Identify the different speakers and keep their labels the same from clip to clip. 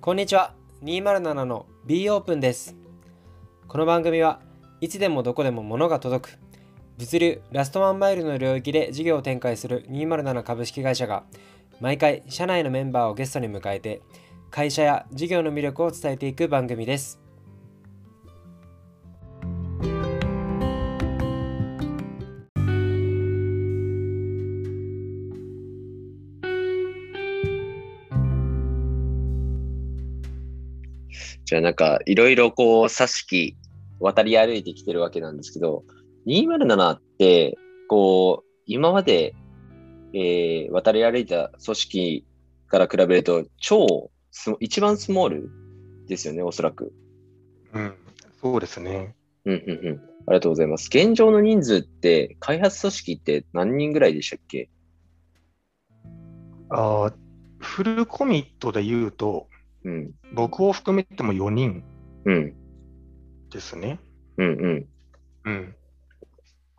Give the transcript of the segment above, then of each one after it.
Speaker 1: こんにちは207の B オープンですこの番組はいつでもどこでも物が届く物流ラストワンマイルの領域で事業を展開する207株式会社が毎回社内のメンバーをゲストに迎えて会社や事業の魅力を伝えていく番組です
Speaker 2: じゃあなんかいろいろこう挿し木渡り歩いてきてるわけなんですけど207ってこう今まで、えー渡り歩いた組織から比べると超ス一番スモールですよねおそらく。
Speaker 3: うん、そうですね。
Speaker 2: うんうんうん。ありがとうございます。現状の人数って開発組織って何人ぐらいでしたっけ
Speaker 3: あーフルコミットで言うと、
Speaker 2: うん
Speaker 3: 僕を含めても4人
Speaker 2: うん
Speaker 3: ですね。
Speaker 2: うんうん
Speaker 3: うん。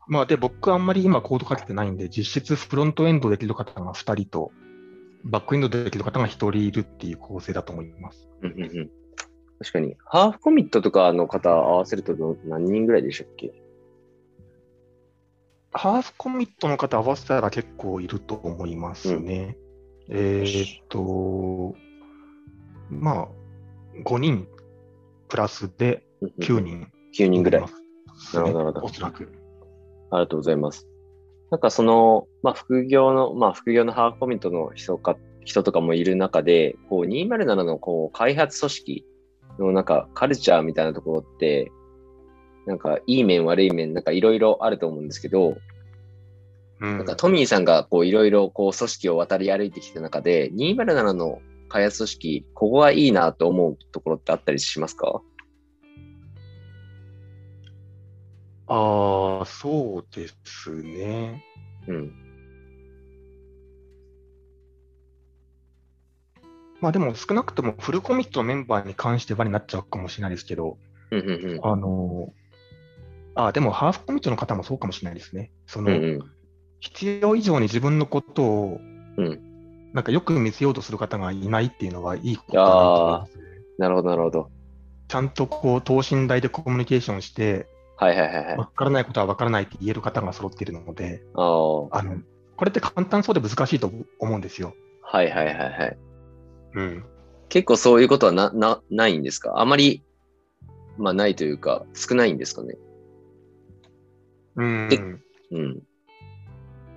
Speaker 3: まあ、で、僕あんまり今コード書けてないんで、実質フロントエンドできる方が2人と、バックエンドできる方が1人いるっていう構成だと思います。
Speaker 2: うんうんうん。確かにハーフコミットとかの方合わせるとど何人ぐらいでしたっけ
Speaker 3: ハーフコミットの方合わせたら結構いると思いますね。えーっと、まあ、5人プラスで9人。
Speaker 2: 9人ぐらい。
Speaker 3: なるほど、
Speaker 2: なるほど
Speaker 3: おそらく。
Speaker 2: ありがとうございます。なんかその、まあ、副業の、まあ、副業のハーフコミットの人か人とかもいる中で、こう207のこう開発組織のなんかカルチャーみたいなところって、なんかいい面悪い面なんかいろいろあると思うんですけど、
Speaker 3: うん
Speaker 2: なんかトミーさんがこういろいろこう組織を渡り歩いてきた中で、207の開発組織、ここがいいなと思うところってあったりしますか
Speaker 3: ああ、そうですね。
Speaker 2: うん。
Speaker 3: まあでも少なくともフルコミットのメンバーに関してはになっちゃうかもしれないですけど、
Speaker 2: うんうん
Speaker 3: あのあでもハーフコミットの方もそうかもしれないですね。そ
Speaker 2: うん。う
Speaker 3: の、
Speaker 2: ん
Speaker 3: 必要以上に自分のことを、
Speaker 2: うん
Speaker 3: なんかよく見せようとする方がいないっていうのはいいことだなと思いますね
Speaker 2: なるほど、なるほど。
Speaker 3: ちゃんとこう等身大でコミュニケーションして、
Speaker 2: はいはいはいはい。あ
Speaker 3: わからないことはわからないって言える方が揃っているので、
Speaker 2: あー。
Speaker 3: あのこれって簡単そうで難しいと思うんですよ。
Speaker 2: はいはいはいはい。
Speaker 3: うん、
Speaker 2: 結構そういうことはな、な、ないんですかあまり、まあないというか、少ないんですかね。
Speaker 3: うん
Speaker 2: でうん。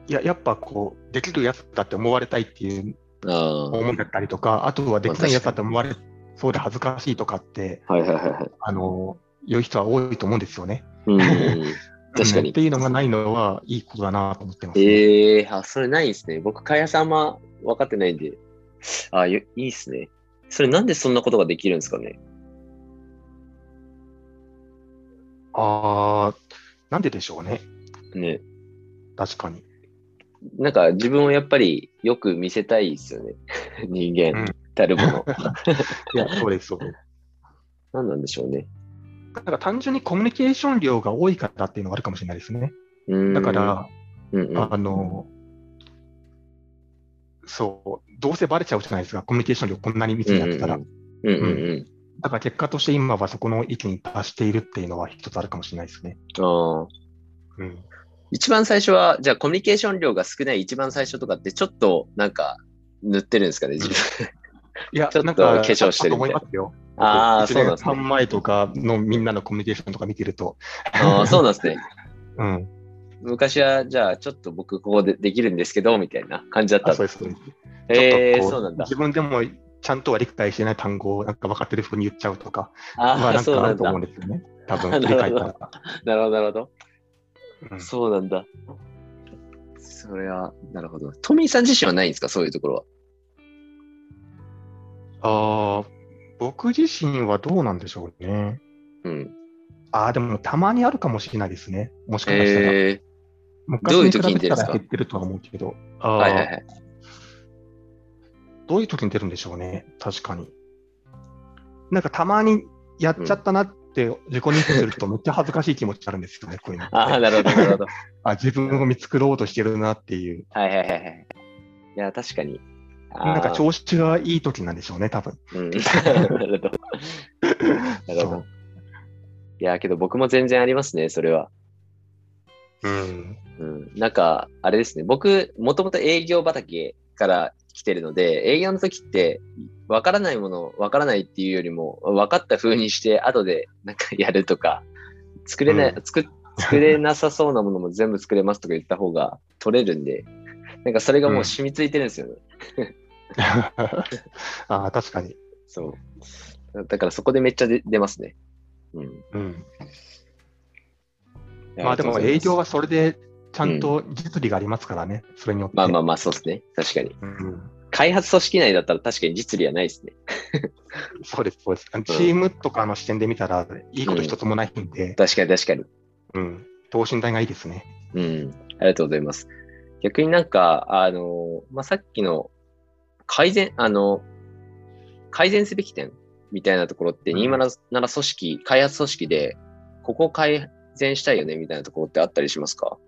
Speaker 3: いややっぱこうできるやつだって思われたいっていう
Speaker 2: ああ。
Speaker 3: 思いだったりとか、あとはできないやつだって思われそうで恥ずかしいとかって、
Speaker 2: はいはいはいはい。
Speaker 3: あのいう人は多いと思うんですよね。
Speaker 2: うんうんうん。確か
Speaker 3: うん
Speaker 2: に
Speaker 3: っていうのがないのはいいことだなと思ってます、
Speaker 2: ええあ、それないですね。僕、会社さんは分かってないんで。あよいいですね。それなんでそんなことができるんですかね。
Speaker 3: ああ、なんででしょうね、
Speaker 2: ね。
Speaker 3: 確かに。
Speaker 2: なんか自分をやっぱりよく見せたいですよね。 人
Speaker 3: う
Speaker 2: 間
Speaker 3: ん
Speaker 2: たるもの。
Speaker 3: いや、そうです、そうです。
Speaker 2: 何なんでしょうね。
Speaker 3: だから単純にコミュニケーション量が多いからっていうのがあるかもしれないですね。
Speaker 2: うーん
Speaker 3: だから、、
Speaker 2: うんうん、
Speaker 3: あの、そう、どうせバレちゃうじゃないですか、コミュニケーション量こんなに密にやってたら。
Speaker 2: うんうんうんうんうん。
Speaker 3: だから結果として今はそこの域に達しているっていうのは一つあるかもしれないですね。
Speaker 2: ああ。
Speaker 3: うん、
Speaker 2: 一番最初は、じゃあコミュニケーション量が少ない一番最初とかって、ちょっとなんか塗ってるんですかね、自分。
Speaker 3: いや
Speaker 2: ちょっと
Speaker 3: なんか
Speaker 2: 化粧してる
Speaker 3: あ
Speaker 2: みたい
Speaker 3: と思い
Speaker 2: な
Speaker 3: ますよ。
Speaker 2: ああ、
Speaker 3: 1
Speaker 2: そうなん
Speaker 3: 年
Speaker 2: ですね。
Speaker 3: 半前とかのみんなのコミュニケーションとか見てると、
Speaker 2: ああそうなんですね。
Speaker 3: うん、
Speaker 2: 昔は、じゃあちょっと僕ここでできるんですけど、みたいな感じだった
Speaker 3: あ
Speaker 2: ん
Speaker 3: そ
Speaker 2: で
Speaker 3: う
Speaker 2: す。
Speaker 3: です、そうです。
Speaker 2: ええ
Speaker 3: ちょっとこ
Speaker 2: そうなんだ
Speaker 3: 自。分でもちゃんとは理解してない単語をなんか分かってるふうに言っちゃうとか、ま
Speaker 2: あ
Speaker 3: あ
Speaker 2: あ、
Speaker 3: なん
Speaker 2: そう
Speaker 3: かあ
Speaker 2: な
Speaker 3: る
Speaker 2: ん
Speaker 3: と思う
Speaker 2: だ
Speaker 3: ん。ですよね。多
Speaker 2: な
Speaker 3: 分
Speaker 2: る
Speaker 3: 理
Speaker 2: ほど
Speaker 3: 解から。
Speaker 2: なるほど、なるほど。
Speaker 3: うん
Speaker 2: そうなんだ。それは、なるほど。トミーさん自身はないんですか、そういうところは。
Speaker 3: あー僕自身はどうなんでしょうね。
Speaker 2: うん。
Speaker 3: ああ、でもたまにあるかもしれないですね。もしかしたら。
Speaker 2: ええ
Speaker 3: 昔
Speaker 2: どういう
Speaker 3: に比
Speaker 2: 時に出
Speaker 3: べて
Speaker 2: るんで
Speaker 3: た
Speaker 2: す
Speaker 3: ら
Speaker 2: か
Speaker 3: 減ってるとは思うけど。あー
Speaker 2: はいはいはい。
Speaker 3: どういう時に出るんでしょうね、確かに。なんかたまにやっちゃったなって自己認識すると、めっちゃ恥ずかしい気持ちになるんです よね、こういうのって。
Speaker 2: ああ、なるほど、なるほど。
Speaker 3: あ自分を見繕おうとしてるなっていう。
Speaker 2: はいはいはいはい。いや、確かに。
Speaker 3: なんか調子がいい時なんでしょうね、多分。
Speaker 2: うんなるほど。 なるほど。いや、けど僕も全然ありますね、それは。
Speaker 3: そう。うん。
Speaker 2: うん、なんか、あれですね、僕、もともと営業畑から来てるので、営業の時って、わからないもの、わからないっていうよりも、分かった風にして、後でなんかやるとか、作れない、
Speaker 3: う
Speaker 2: 作作れなさそうなものも全部作れますとか言った方が取れるんで、なんかそれがもう染みついてるんですよね。
Speaker 3: ああ、確かに。
Speaker 2: そう。だからそこでめっちゃ出出ますね。うん。
Speaker 3: うん。まあでも
Speaker 2: りが
Speaker 3: 営
Speaker 2: とう
Speaker 3: 業
Speaker 2: ござい
Speaker 3: はそれでちゃんと実利がありますからね、それによって。
Speaker 2: ます。まあまあまあ、そうですね。確かに。
Speaker 3: うん、
Speaker 2: 開発組織内だったら確かに実利はないですね。
Speaker 3: そうです、そうです。あのチームとかの視点で見たら、いいこと一つもないんで、
Speaker 2: 確かに確かに。
Speaker 3: うん、等身大がいいですね。
Speaker 2: うん。ありがとうございます。逆になんか、あの、まあ、さっきの改善、あの、改善すべき点みたいなところって、
Speaker 3: うん
Speaker 2: 207組織、開発組織で、ここ改善したいよねみたいなところってあったりしますか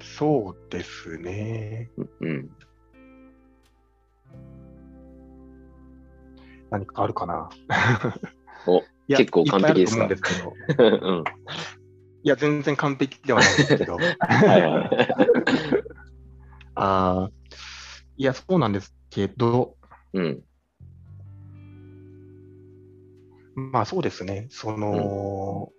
Speaker 3: そうですね。
Speaker 2: うん。
Speaker 3: 何かあるかな
Speaker 2: お
Speaker 3: いや
Speaker 2: 結構完璧
Speaker 3: い
Speaker 2: で
Speaker 3: っ
Speaker 2: す
Speaker 3: ぱい
Speaker 2: か
Speaker 3: あると 思うんですけど
Speaker 2: うん。
Speaker 3: いや、全然完璧ではないですけ ど。
Speaker 2: はいはい。
Speaker 3: あーいや、そうなんですけど、
Speaker 2: うん。
Speaker 3: まあそうですね、その、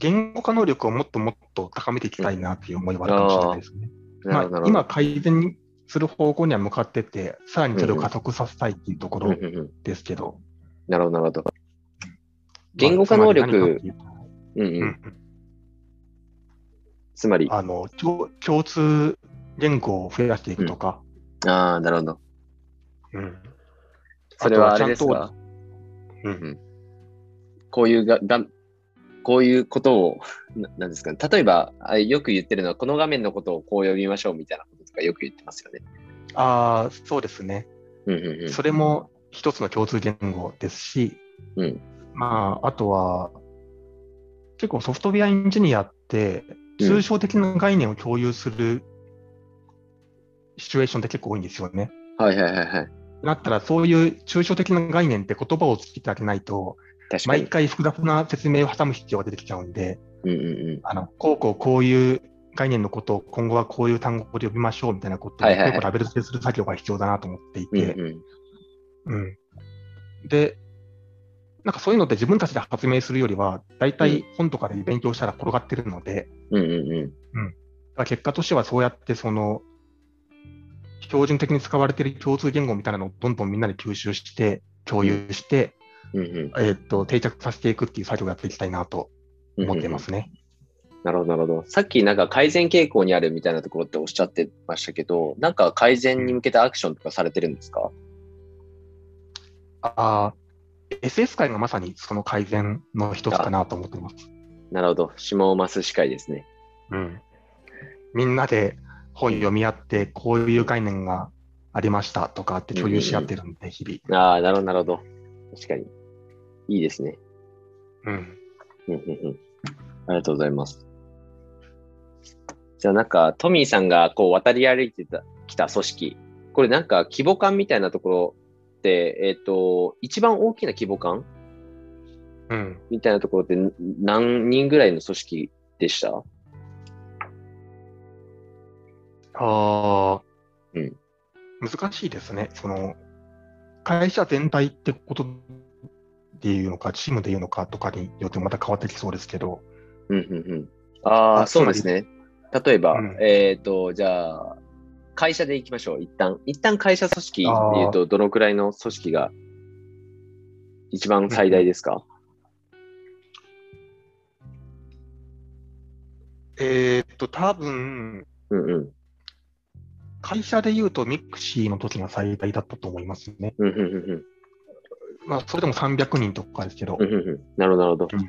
Speaker 3: 言語化能力をもっともっと高めていきたいなっていう思いはあるかもしれないですね。
Speaker 2: な
Speaker 3: ま
Speaker 2: るほどなるほ
Speaker 3: あ、
Speaker 2: ど。
Speaker 3: 今、改善する方向には向かってて、さらにそれを加速させたいっていうとこ
Speaker 2: うん
Speaker 3: ろ
Speaker 2: うんうん
Speaker 3: ですけど、
Speaker 2: なるほど、なるほど。言語化能力
Speaker 3: まあつまり何かっていうと
Speaker 2: うんう。
Speaker 3: うんん
Speaker 2: つまり、あ
Speaker 3: あの共共通言語を増やしていくとか、
Speaker 2: あー、なるほど。
Speaker 3: うん
Speaker 2: それはあれです
Speaker 3: あとは
Speaker 2: か
Speaker 3: うん
Speaker 2: んこういうが、がこういうことを、ななんですかね。例えば、あよく言ってるのは、この画面のことをこう呼びましょうみたいなこととかよく言ってますよね。
Speaker 3: あーそうですね、
Speaker 2: うんうんうん。
Speaker 3: それも一つの共通言語ですし、
Speaker 2: うん
Speaker 3: まあ、あとは、結構ソフトウェアエンジニアって、通常的な概念を共有するシチュエーションって結構多いんですよね。
Speaker 2: はいはいはいはい。
Speaker 3: だったら、そういう抽象的な概念って言葉をつけてあげないと、
Speaker 2: 確か
Speaker 3: 毎
Speaker 2: に。
Speaker 3: 回複雑な説明を挟む必要が出てきちゃうんで、
Speaker 2: うんうんうん。
Speaker 3: あのこうこうこういう概念のことを今後はこういう単語で呼びましょうみたいなことを
Speaker 2: はいはいはい
Speaker 3: 結構ラベル付けする作業が必要だなと思っていて、
Speaker 2: うんうん、
Speaker 3: うん、で、なんかそういうのって自分たちで発明するよりは、大体本とかで勉強したら転がってるので、
Speaker 2: うんうんうん。
Speaker 3: だから結果としてはそうやってその、標準的に使われている共通言語みたいなのをどんどんみんなで吸収して、共有して、
Speaker 2: うんうん
Speaker 3: えーっと定着させていくっていう作業をやっていきたいなと
Speaker 2: うん。
Speaker 3: 思ってますね。
Speaker 2: なるほど、なるほど。さっきなんか改善傾向にあるみたいなところっておっしゃってましたけど、なんか改善に向けたアクションとかされてるんですか
Speaker 3: あー SS 界がまさにその改善の一つかなと思ってます。
Speaker 2: なるほど。下を増す司会ですね。
Speaker 3: うん、みんなで本読み合って、こういう概念がありましたとかって共有し合ってるんで、日
Speaker 2: ああ、なるほど、なるほど。確かに。いいですね。
Speaker 3: 々。うん、
Speaker 2: うんうんうん。ありがとうございます。じゃあなんか、トミーさんがこう渡り歩いてたきた組織、これなんか規模感みたいなところって、えっ、と、一番大きな規模感
Speaker 3: うん。
Speaker 2: みたいなところってん何人ぐらいの組織でした
Speaker 3: ああ、
Speaker 2: うん
Speaker 3: 難しいですね。その、会社全体ってことでいうのか、チームでいうのかとかによってまた変わってきそうですけど、
Speaker 2: うんうんうん。ああ、
Speaker 3: あ
Speaker 2: そうですね。例えば、
Speaker 3: うん
Speaker 2: えっ、と、じゃあ、会社で行きましょう、一旦。一旦会社組織で言うと、どのくらいの組織が一番最大ですか、
Speaker 3: えーっと、多分
Speaker 2: うん、うんうん
Speaker 3: 会社でいうと、ミクシーの時が最大だったと思いますね。
Speaker 2: うんうんうんうん
Speaker 3: まあ、それでも300人とかですけど
Speaker 2: う、んうんうん。なるほど、なるほど。
Speaker 3: うん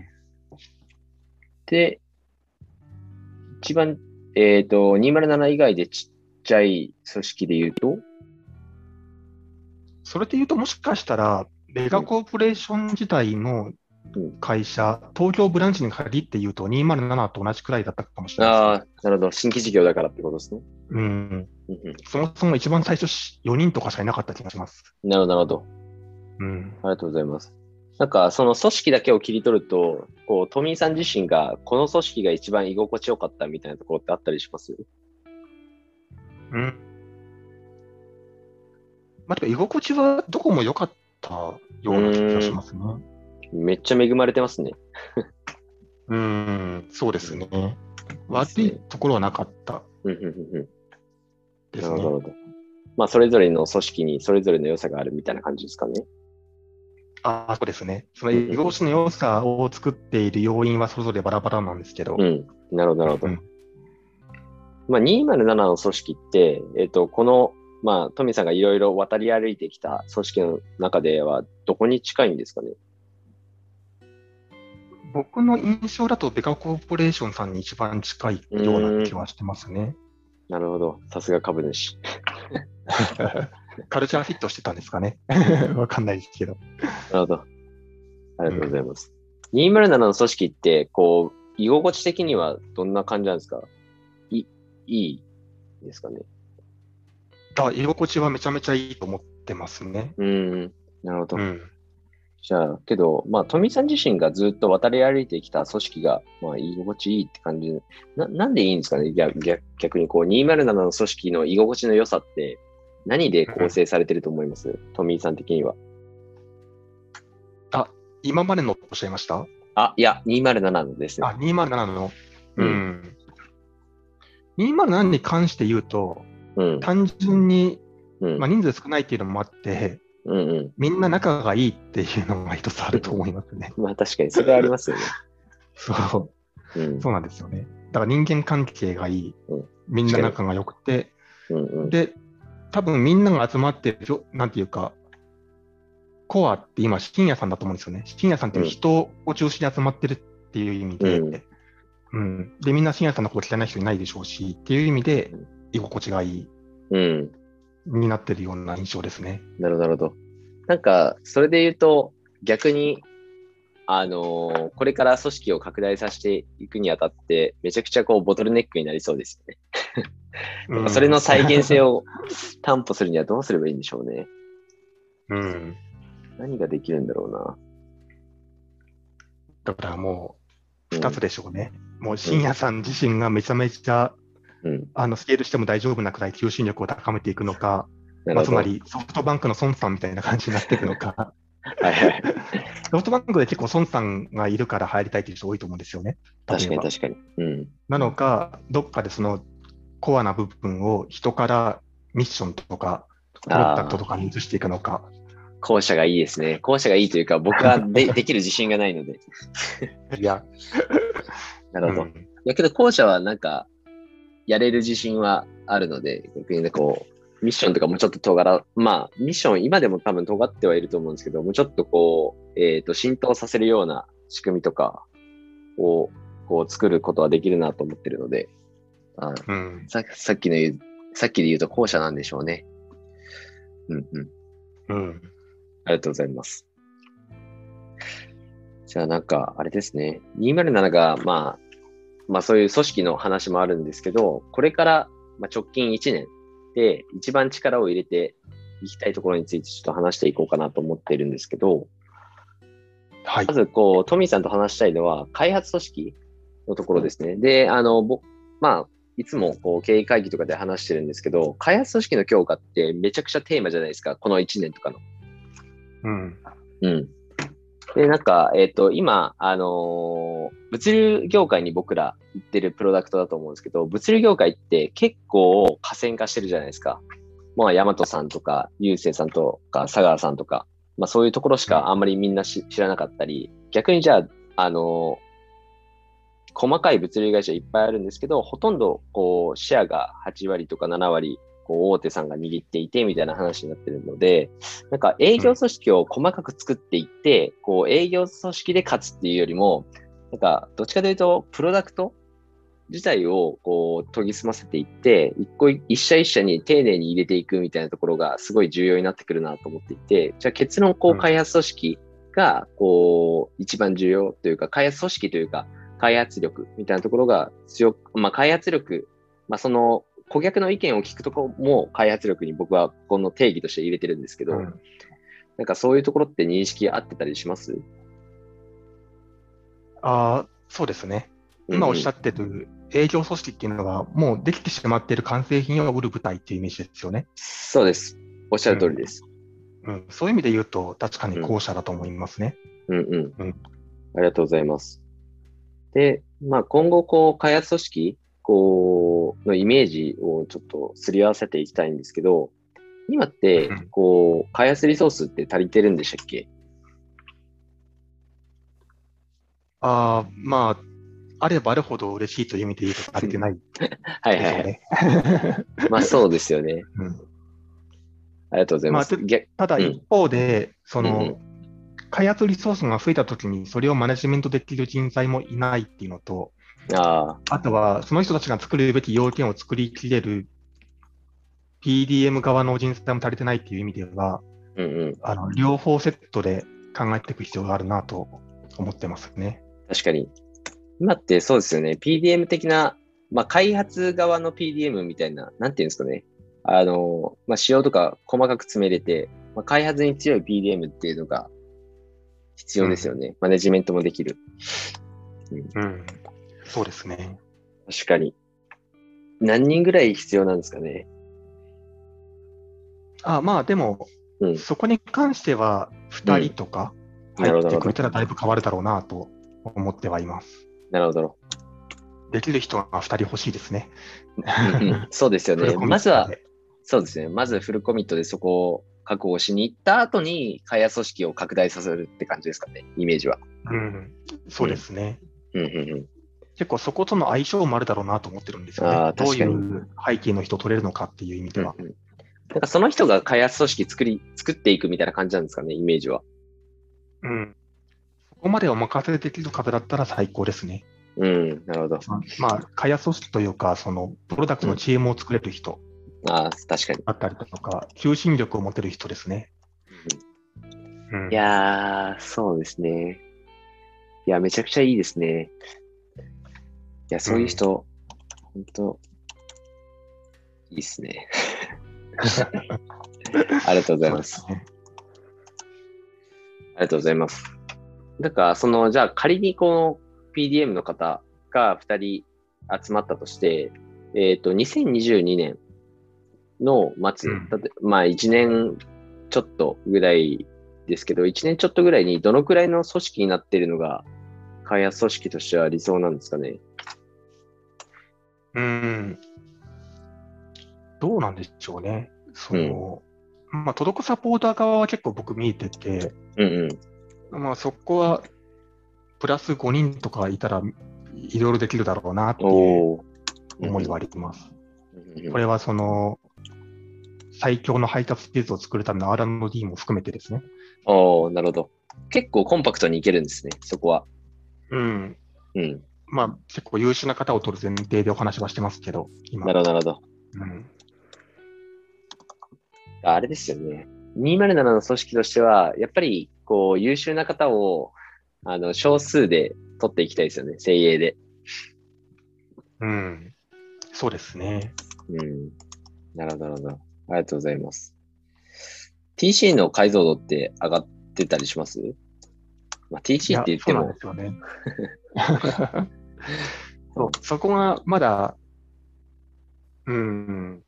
Speaker 2: で、一番、えっ、と、207以外でちっちゃい組織で言うと、
Speaker 3: それで言うと、もしかしたら、レガコーポレーション時代の
Speaker 2: うん
Speaker 3: 会社、東京ブランチに限って言うと207と同じくらいだったかもしれない
Speaker 2: ああ、なるほど。新規事業だからってことですね。
Speaker 3: です、ねう
Speaker 2: う
Speaker 3: ん。
Speaker 2: んうん
Speaker 3: そもそも一番最初4人とかしかいなかった気がします。
Speaker 2: なるほど、なるほど。
Speaker 3: うん、
Speaker 2: ありがとうございます。なんか、その組織だけを切り取ると、こう、トミーさん自身が、この組織が一番居心地よかったみたいなところってあったりします
Speaker 3: うん。まあ、てか居心地はどこも良かったような気がしますね。
Speaker 2: めっちゃ恵まれてますね。
Speaker 3: うん、そうですね。
Speaker 2: です
Speaker 3: 悪
Speaker 2: ね
Speaker 3: いところはなかった
Speaker 2: うんうんうんうん
Speaker 3: で
Speaker 2: な
Speaker 3: す
Speaker 2: るほど、な
Speaker 3: ね。
Speaker 2: るほど。まあ、それぞれの組織にそれぞれの良さがあるみたいな感じですかね。
Speaker 3: ああ、そうですね。その居心地の良さを作っている要因はそれぞれバラバラなんですけど、
Speaker 2: うん。なるほど、なるほど。
Speaker 3: うん
Speaker 2: まあ、207の組織って、えっと、この、まあ、トミーさんがいろいろ渡り歩いてきた組織の中では、どこに近いんですかね。
Speaker 3: 僕の印象だとベガコーポレーションさんに一番近いような気はしてます ね。
Speaker 2: なるほど。さすが株主。
Speaker 3: カルチャーフィットしてたんですか ね。わかんないですけど。
Speaker 2: なるほど。ありがとうございます。207の組織って、こう、居心地的にはどんな感じなんですかい、いいですかね。
Speaker 3: あ居心地はめちゃめちゃいいと思ってますね。
Speaker 2: うん。なるほど。
Speaker 3: うん。
Speaker 2: じゃあ、けど、まあ、富井さん自身がずっと渡り歩いてきた組織が、まあ、居心地いいって感じでな、なんでいいんですかね逆逆逆に、こう、207の組織の居心地の良さって、何で構成されてると思います富井さん的には。
Speaker 3: 今までのおっしゃいました
Speaker 2: あ、いや、207のですね。
Speaker 3: あ、207の。
Speaker 2: う
Speaker 3: うんん。207に関して言うと、
Speaker 2: うん。
Speaker 3: 単純に、
Speaker 2: うん。
Speaker 3: まあ、人数少ないっていうのもあって、
Speaker 2: うんう
Speaker 3: みんな仲がいいっていうのが一つあると思いますね。
Speaker 2: ん。まあ、確かに、それはありますよね。
Speaker 3: そうう、
Speaker 2: ん。
Speaker 3: そうなんですよね。だから人間関係がいい
Speaker 2: うん、
Speaker 3: みんな仲が良くて、
Speaker 2: うんうん。
Speaker 3: で、多分みんなが集まってるよ、なんていうか、コアって今、深夜さんだと思うんですよね。深夜さんっていう人を中心に集まってるっていう意味で、
Speaker 2: う
Speaker 3: うんんで、みんな深夜さんのこと嫌いな人いないでしょうし、っていう意味で
Speaker 2: うん、
Speaker 3: 居心地がいい、
Speaker 2: うん。
Speaker 3: になってるような印象ですね。
Speaker 2: なるほど、なるほど。なんか、それで言うと、逆に、あのーこれから組織を拡大させていくにあたって、めちゃくちゃこう、ボトルネックになりそうですよね。
Speaker 3: うん
Speaker 2: それの再現性を担保するにはどうすればいいんでしょうね。
Speaker 3: うん。
Speaker 2: 何ができるんだろ
Speaker 3: だからもう、
Speaker 2: うな。
Speaker 3: 2つでしょうね。もう深夜さん自身がめちゃめちゃ
Speaker 2: うん。うん
Speaker 3: あのスケールしても大丈夫なくらい求心力を高めていくのか、
Speaker 2: な
Speaker 3: まあ、
Speaker 2: るほど。
Speaker 3: つま
Speaker 2: はい
Speaker 3: りソフトバンクの孫さんみたいな感じになっていくの か、
Speaker 2: はい。
Speaker 3: ソフトバンクで結構孫さんがいるから入りたいという人多いと思うんですよね。
Speaker 2: 確か
Speaker 3: 例
Speaker 2: に
Speaker 3: えば
Speaker 2: 確かに。うん。
Speaker 3: なのか、どっかでそのコアな部分を人からミッションとか、プロダクトとかに移していくのか、
Speaker 2: 後者がいいですね。後者がいいというか、僕はで できる自信がないので。
Speaker 3: いや、
Speaker 2: なるほど。
Speaker 3: う
Speaker 2: い
Speaker 3: ん
Speaker 2: やけど、後者はなんか、やれる自信はあるので、逆にね、こう、ミッションとかもうちょっと尖ら、まあ、ミッション、今でも多分尖ってはいると思うんですけど、もうちょっとこう、えっ、と、浸透させるような仕組みとかを、こう、作ることはできるなと思ってるので、あ
Speaker 3: うん
Speaker 2: ささっきの言う、さっきで言うと後者なんでしょうね。うんうん。
Speaker 3: うん
Speaker 2: ありがとうございます。じゃあなんか、あれですね。207が、まあ、まあそういう組織の話もあるんですけど、これから、まあ、直近1年で一番力を入れていきたいところについてちょっと話していこうかなと思っているんですけど、
Speaker 3: はい
Speaker 2: ま、ずこう、トミーさんと話したいのは、開発組織のところですね。で、あの、ぼまあ、いつもこう経営会議とかで話してるんですけど、開発組織の強化ってめちゃくちゃテーマじゃないですか、この1年とかの。
Speaker 3: うん
Speaker 2: うん。で、なんか、えっ、と、今、あのー物流業界に僕ら行ってるプロダクトだと思うんですけど、物流業界って結構河川化してるじゃないですか。まあ、ヤマトさんとか、郵政さんとか、佐川さんとか、まあ、そういうところしかあんまりみんなし知らなかったり、逆にじゃあ、あのー細かい物流会社いっぱいあるんですけど、ほとんど、こう、シェアが8割とか7割、こう、大手さんが握っていて、みたいな話になってるので、なんか営業組織を細かく作っていって、こう営業組織で勝つっていうよりも、なんかどっちかというと、プロダクト自体をこう研ぎ澄ませていって、一個一社一社に丁寧に入れていくみたいなところがすごい重要になってくるなと思っていて、じゃあ結論こう
Speaker 3: うん
Speaker 2: 開発組織が、こう、一番重要というか、開発組織というか、開発力みたいなところが強く、まあ、開発力、まあ、その、顧客の意見を聞くとこも開発力に僕はこの定義として入れてるんですけど、
Speaker 3: うん
Speaker 2: なんかそういうところって認識合ってたりします
Speaker 3: あーそうですね。今おっしゃってる営業組織っていうのは、もうできてしまっている完成品を売る舞台っていうイメージですよね。
Speaker 2: そうです。おっしゃる通りです。
Speaker 3: うん、そういう意味で言うと、確かに後者だと思いますね。
Speaker 2: うんうん。
Speaker 3: うん
Speaker 2: ありがとうございます。で、まあ、今後、こう、開発組織こうのイメージをちょっとすり合わせていきたいんですけど、今って
Speaker 3: うん、
Speaker 2: こう、開発リソースって足りてるんでしたっけ
Speaker 3: ああ、まあ、あればあるほど嬉しいという意味で言うと足りてない
Speaker 2: は
Speaker 3: で
Speaker 2: い
Speaker 3: し
Speaker 2: はい
Speaker 3: ょう
Speaker 2: はい。
Speaker 3: ね。
Speaker 2: まあ、そうですよね。
Speaker 3: うん
Speaker 2: ありがとうございます。
Speaker 3: まあ
Speaker 2: 逆
Speaker 3: ただ
Speaker 2: うん
Speaker 3: 一方で、その、
Speaker 2: うんう
Speaker 3: 開発リソースが増えたときに、それをマネジメントできる人材もいないっていうのと、
Speaker 2: あ
Speaker 3: あとはその人たちが作るべき要件を作りきれる PDM 側の人材も足りてないっていう意味では、
Speaker 2: ーうんうん。
Speaker 3: あの両方セットで考えていく必要があるなと思ってますね。
Speaker 2: 確かに。今ってそうですよね。PDM 的な、まあ、開発側の PDM みたいな、なんていうんですかね。あの、まあ、仕様とか細かく詰めれて、まあ、開発に強い PDM っていうのが必要ですよね。マネジメントもできる。
Speaker 3: うん、そうですね。
Speaker 2: 確かに。何人ぐらい必要なんですかね。
Speaker 3: あまあ、でも、
Speaker 2: うん
Speaker 3: そこに関しては2人とか
Speaker 2: なる
Speaker 3: 入
Speaker 2: ほ
Speaker 3: っ
Speaker 2: ど、な
Speaker 3: て
Speaker 2: る
Speaker 3: く
Speaker 2: ほど。
Speaker 3: れたらだいぶ変わるだろうなと思ってはいます。
Speaker 2: なるほど。
Speaker 3: できる人が2人欲しいですね。
Speaker 2: うん うんそうですよ
Speaker 3: フル
Speaker 2: ね。
Speaker 3: コミットで
Speaker 2: まずは、そうですね。まずフルコミットでそこを確保しに行った後に、開発組織を拡大させるって感じですかね。イメージは。
Speaker 3: うん、そうですね。
Speaker 2: うんうんうん。
Speaker 3: 結構そことの相性もあるだろうなと思ってるんですよ
Speaker 2: あ
Speaker 3: ね
Speaker 2: ー。
Speaker 3: どう
Speaker 2: 確
Speaker 3: い
Speaker 2: かに
Speaker 3: う背景の人を取れるのかっていう意味では。
Speaker 2: うんうんなんかその人が開発組織作り、作っていくみたいな感じなんですかね、イメージは。
Speaker 3: うんそこまでお任せできる方だったら最高ですね。
Speaker 2: うん、なるほど。
Speaker 3: まあ、開発組織というか、そのプロダクトのチームを作れる人
Speaker 2: ああ、確かに。
Speaker 3: だったりだとか、求心力を持てる人ですね。うん
Speaker 2: いやー、そうですね。いや、めちゃくちゃいいですね。いや、そういう人、本当いいっすね。ありがとうございます。
Speaker 3: そうですね
Speaker 2: ありがとうございます。だから、その、じゃあ仮にこの PDM の方が2人集まったとして、えっ、と、2022年の末、
Speaker 3: うん
Speaker 2: だってまあ1年ちょっとぐらいですけど、1年ちょっとぐらいにどのくらいの組織になっているのが、開発組織としては理想なんですかね。
Speaker 3: うん。どうなんでしょうね。その、まあ、届くサポーター側は結構僕見えてて、
Speaker 2: うんうん。
Speaker 3: まあそこは、プラス5人とかいたら、いろいろできるだろうなっていう
Speaker 2: おお。
Speaker 3: 思いはあります。
Speaker 2: うんうん
Speaker 3: これはその、最強の配達技術を作るための R&D も含めてですね。
Speaker 2: おおなるほど。結構コンパクトにいけるんですね、そこは。
Speaker 3: うん。
Speaker 2: うん。
Speaker 3: まあ結構優秀な方を取る前提でお話はしてますけど、今。
Speaker 2: なるほど、なるほど。
Speaker 3: うん、
Speaker 2: あれですよね。207の組織としては、やっぱりこう優秀な方をあの少数で取っていきたいですよね、精鋭で。
Speaker 3: うん。そうですね。
Speaker 2: うん。なるほど、なるほど。ありがとうございます。TC の解像度って上がってたりします、まあ、
Speaker 3: い
Speaker 2: ?TC
Speaker 3: や
Speaker 2: って言っても、
Speaker 3: そうなんですよ ね。そうそこがまだ、うん、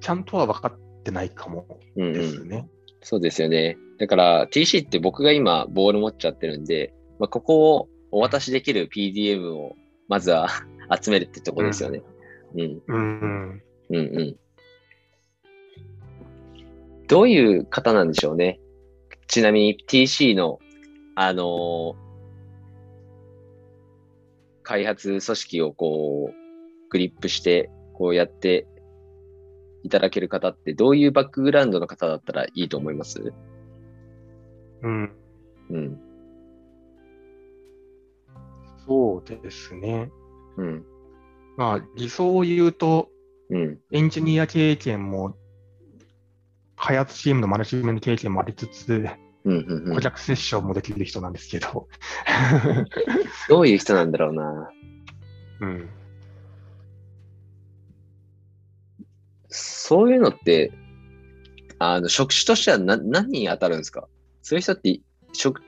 Speaker 3: ちゃんとは分かってないかも
Speaker 2: うんう
Speaker 3: で
Speaker 2: ん
Speaker 3: す、ね。
Speaker 2: そうですよね。だから TC って僕が今ボール持っちゃってるんで、まあ、ここをお渡しできる PDM をまずは 集めるってとこですよね。うん
Speaker 3: うん、
Speaker 2: うんうん。どういう方なんでしょうね。ちなみに TC の、あのー開発組織をこう、グリップして、こうやっていただける方って、どういうバックグラウンドの方だったらいいと思います
Speaker 3: うん、
Speaker 2: うん。
Speaker 3: そうですね。
Speaker 2: うん。
Speaker 3: まあ、理想を言うと、
Speaker 2: うん。
Speaker 3: エンジニア経験も、開発チームのマネジメント経験もありつつ、
Speaker 2: うんうんうん
Speaker 3: 顧客セッションもできる人なんですけど、
Speaker 2: どういう人なんだろうな。
Speaker 3: うん、
Speaker 2: そういうのって、あの、職種としてはな何に当たるんですかそういう人って、職、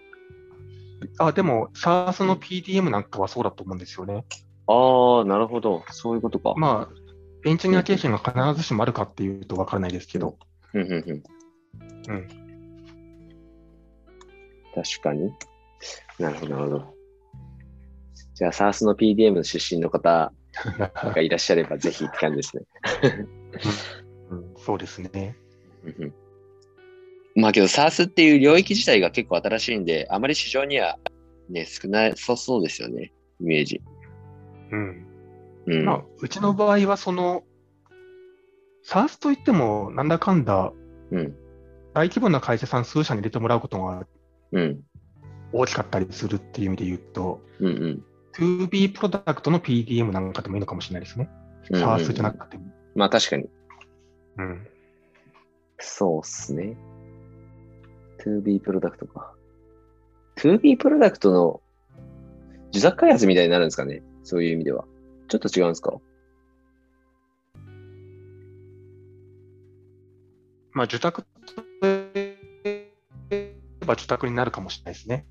Speaker 3: あでも、SARS の PDM なんかはそうだと思うんですよね。
Speaker 2: ああ、なるほど。そういうことか。
Speaker 3: まあ、エンジニア経験が必ずしもあるかっていうと分からないですけど、
Speaker 2: うんうんうん。
Speaker 3: うん
Speaker 2: 確かに。なるほど、なるほど。じゃあ、SARS の PDM の出身の方がいらっしゃれば、ぜひって感じですね。
Speaker 3: うん、 そうですね。
Speaker 2: うんうんまあけど SARS っていう領域自体が結構新しいんで、あまり市場にはね、少なさそうですよね、イメージ。
Speaker 3: うん
Speaker 2: うん。
Speaker 3: まあ、うちの場合は、その、SARS といっても、なんだかんだ
Speaker 2: うん。
Speaker 3: 大規模な会社さん数社に入れてもらうことが
Speaker 2: うん。
Speaker 3: 大きかったりするっていう意味で言うと、
Speaker 2: うんうん。
Speaker 3: 2B プロダクトの PDM なんかでもいいのかもしれないですね。
Speaker 2: うん
Speaker 3: SARS じゃなくても。
Speaker 2: まあ確かに。
Speaker 3: うん。
Speaker 2: そうっすね。2B プロダクトか。2B プロダクトの自作開発みたいになるんですかねそういう意味では。ちょっと違うんですか
Speaker 3: まあ、受託といえば受託になるかもしれないですね。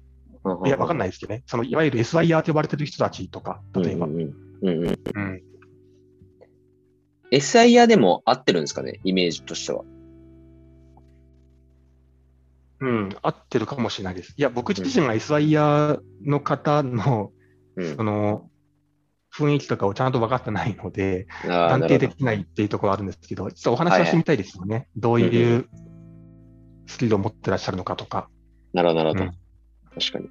Speaker 3: いや、わかん
Speaker 2: ない。
Speaker 3: ないですけどね。そのいわゆる SIR と呼ばれてる人たちとか、例えば。
Speaker 2: う
Speaker 3: うんん
Speaker 2: うんうんうんうん、SIR でも合ってるんですかねイメージとしては。
Speaker 3: うん合ってるかもしれないです。いや、僕自身が SIR の方の
Speaker 2: うん
Speaker 3: そ、の雰囲気とかをちゃんと分かってないので、
Speaker 2: あー
Speaker 3: 断
Speaker 2: な
Speaker 3: 定
Speaker 2: るほ
Speaker 3: で
Speaker 2: ど
Speaker 3: きないっていうところはあるんですけど、実はお話はしてみたいですよね。どう
Speaker 2: うん
Speaker 3: いうスキルを持ってらっしゃるのかとか。
Speaker 2: なるほど、なるほど。
Speaker 3: うん
Speaker 2: 確かに。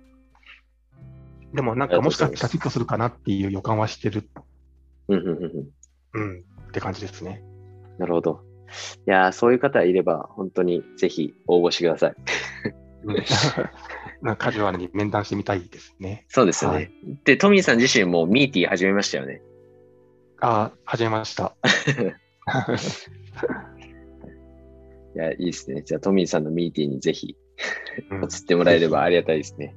Speaker 3: でも、なんかもしかしたらフィットするかなっていう予感はしてる、
Speaker 2: うんうんうんうん
Speaker 3: うん、って感じですね。
Speaker 2: なるほど。いやーそういう方いれば、本当にぜひ応募してください。
Speaker 3: うん なんかカジュアルに面談してみたいですね。
Speaker 2: そうですよね。
Speaker 3: はい
Speaker 2: で、トミーさん自身もミーティー始めましたよね。
Speaker 3: ああ、始めました。
Speaker 2: いや、いいですね。じゃあ、トミーさんのミーティーにぜひ
Speaker 3: うん
Speaker 2: 移ってもらえればありがたいですね。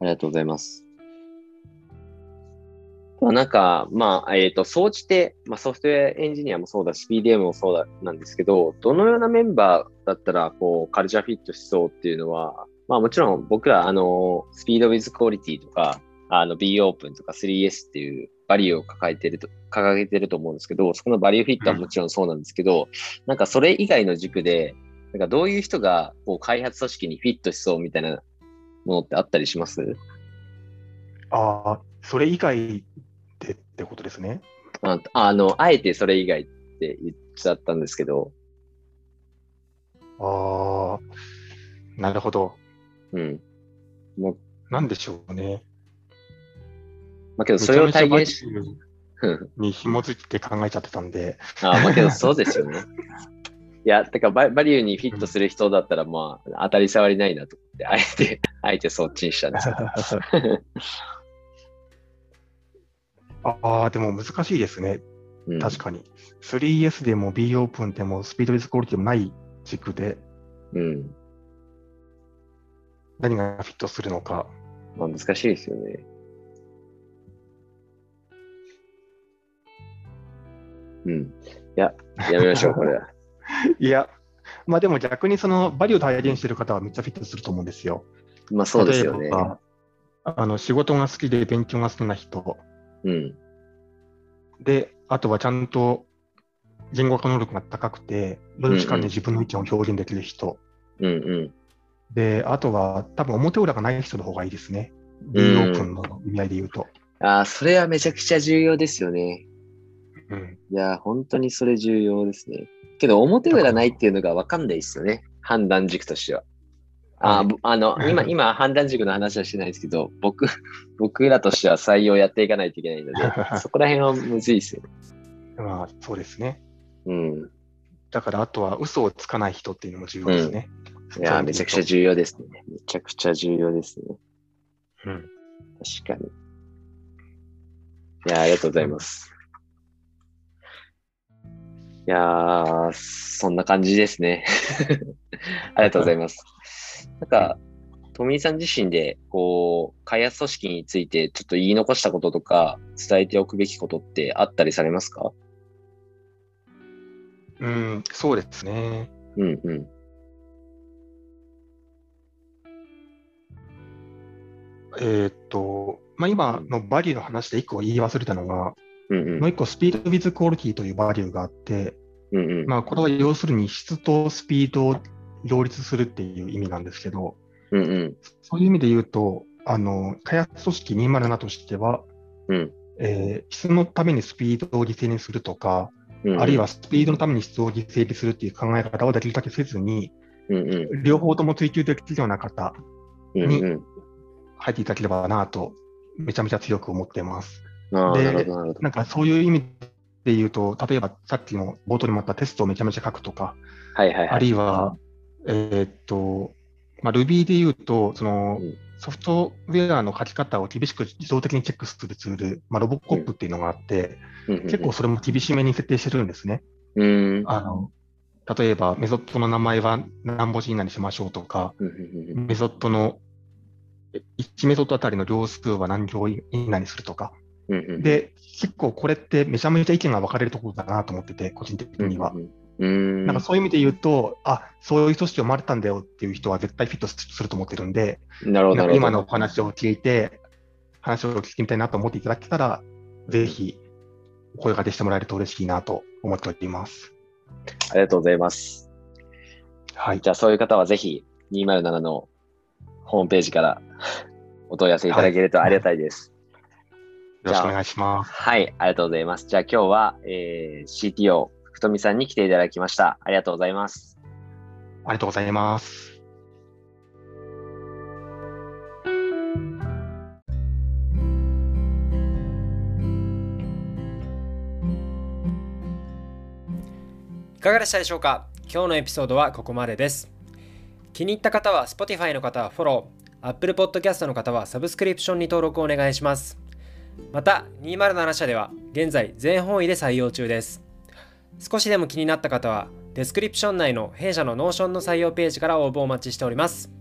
Speaker 2: ありがとうございます。あとはなんか、まあ、えっ、と、総じて、まあ、ソフトウェアエンジニアもそうだし、PDM もそうだなんですけど、どのようなメンバーだったら、こう、カルチャーフィットしそうっていうのは、まあ、もちろん僕ら、あの、スピードウィズクオリティとか、あの、B オープンとか 3S っていうバリューを抱えてると、掲げてると思うんですけど、そこのバリューフィットはもちろんそうなんですけど、なんかそれ以外の軸で、なんかどういう人がこう開発組織にフィットしそうみたいなものってあったりします
Speaker 3: ああ、それ以外でってことですね。
Speaker 2: ああの、あえてそれ以外って言っちゃったんですけど、
Speaker 3: ああ、なるほど。
Speaker 2: うん。もう
Speaker 3: なんでしょうね。
Speaker 2: まあけどそれを体現し、
Speaker 3: めちゃめちゃバイキング
Speaker 2: うん
Speaker 3: に紐づいて考えちゃってたん で、
Speaker 2: あまあけどそうですよね。いや、てかババリューにフィットする人だったら、まあ、当たり障りないなと思って、あえて、あえてそっちにしたん ですけど
Speaker 3: ああ、でも難しいですね。
Speaker 2: うん、
Speaker 3: 確かに。3S でも B オープンでもスピードウィズクオリティもない軸で
Speaker 2: うん。
Speaker 3: 何がフィットするのか。
Speaker 2: まあ難しいですよね。うん。いや、やめまし ょう、これは。
Speaker 3: いや、まあでも逆にそのバリューを体現してる方はめっちゃフィットすると思うんですよ。
Speaker 2: まあそうですよ
Speaker 3: 例
Speaker 2: ね
Speaker 3: え。ばあの仕事が好きで勉強が好きな人
Speaker 2: うん。
Speaker 3: で、あとはちゃんと言語化能力が高くて、無時間で自分の意見を表現できる人。
Speaker 2: うん
Speaker 3: で、あとは多分表裏がない人の方がいいですね。B オ
Speaker 2: うん
Speaker 3: ープンの意味合いで言うと。
Speaker 2: うん。ああ、それはめちゃくちゃ重要ですよね。
Speaker 3: うん、
Speaker 2: いやー、本当にそれ重要ですね。けど、表裏ないっていうのが分かんないですよね。判断軸としては。あーぼあの、今、今、判断軸の話はしてないですけど、僕、僕らとしては採用やっていかないといけないの で、そこら辺はむずいですよね。
Speaker 3: まあそうですね。
Speaker 2: うん。
Speaker 3: だからあとは嘘をつかない人っていうのも重要ですね。
Speaker 2: いやー、めちゃくちゃ重要ですね。めちゃくちゃ重要ですね。
Speaker 3: 要。
Speaker 2: 確かに。いや、ありがとうございます。いやー、そんな感じですね。 ありがとうございます。なんか、富井さん自身で、こう、開発組織についてちょっと言い残したこととか、伝えておくべきことってあったりされますか
Speaker 3: うん、そうですね。
Speaker 2: うんうん。
Speaker 3: えーっと、まあ、今のバリューの話で一個言い忘れたのが、
Speaker 2: うんう。
Speaker 3: もうん一個スピードウィズクオリティというバリューがあって、
Speaker 2: うんうん。
Speaker 3: まあ、これは要するに質とスピードを両立するっていう意味なんですけど、
Speaker 2: うんうん。
Speaker 3: そういう意味で言うと、あの開発組織207としては、
Speaker 2: うん
Speaker 3: えー質のためにスピードを犠牲にするとか、
Speaker 2: うんうん。
Speaker 3: あるいはスピードのために質を犠牲にするっていう考え方をできるだけせずに、
Speaker 2: うんうん、
Speaker 3: 両方とも追求できるような方、
Speaker 2: うんうん。
Speaker 3: 入っていただければなと、めちゃめちゃ強く思ってます。
Speaker 2: ああ、
Speaker 3: で
Speaker 2: なるほど、なるほど。
Speaker 3: なんかそういう意味で言うと、例えばさっきの冒頭にもあったテストをめちゃめちゃ書くとか、
Speaker 2: はいはい
Speaker 3: あ
Speaker 2: は
Speaker 3: る
Speaker 2: い。
Speaker 3: いは、えーっと、まあ、Ruby で言うと、その
Speaker 2: うん
Speaker 3: ソフトウェアの書き方を厳しく自動的にチェックするツール、まあ、ロボコップっていうのがあって、結
Speaker 2: 結
Speaker 3: 構、それも厳しめに設定してるんですね。
Speaker 2: うんうん
Speaker 3: あの例えば、メソッドの名前は何文字以内にしましょうとか、
Speaker 2: うんうん
Speaker 3: メソッドの1メソッドあたりの行数は何行以内にするとか。
Speaker 2: うんうん、
Speaker 3: で、結構これってめちゃめちゃ意見が分かれるところだなと思ってて、個人的には。
Speaker 2: うんうん、
Speaker 3: なんかそういう意味で言うと、あそういう組織を生まれたんだよっていう人は絶対フィットすると思ってるんで、
Speaker 2: なるほど、
Speaker 3: な
Speaker 2: なんる
Speaker 3: か
Speaker 2: ほど。
Speaker 3: 今のお話を聞いて、話を聞きたいなと思っていただけたら、ぜひお声掛けしてもらえると嬉しいなと思っております。
Speaker 2: ありがとうございます。
Speaker 3: はい
Speaker 2: じ。ゃあそういう方はぜひ207のホームページからお問い合わせいただけるとありがたいです。
Speaker 3: よろしくお願いします。
Speaker 2: はい、ありがとうございます。じゃあ今日は、えー CTO 福富さんに来ていただきました。ありがとうございます。
Speaker 3: ありがとうございます。
Speaker 1: いかがでしたでしょうか今日のエピソードはここまでです。気に入った方は Spotify の方はフォロー、Apple Podcast の方はサブスクリプションに登録をお願いします。また、207社では現在全方位で採用中です。少しでも気になった方は、デスクリプション内の弊社の Notion の採用ページから応募をお待ちしております。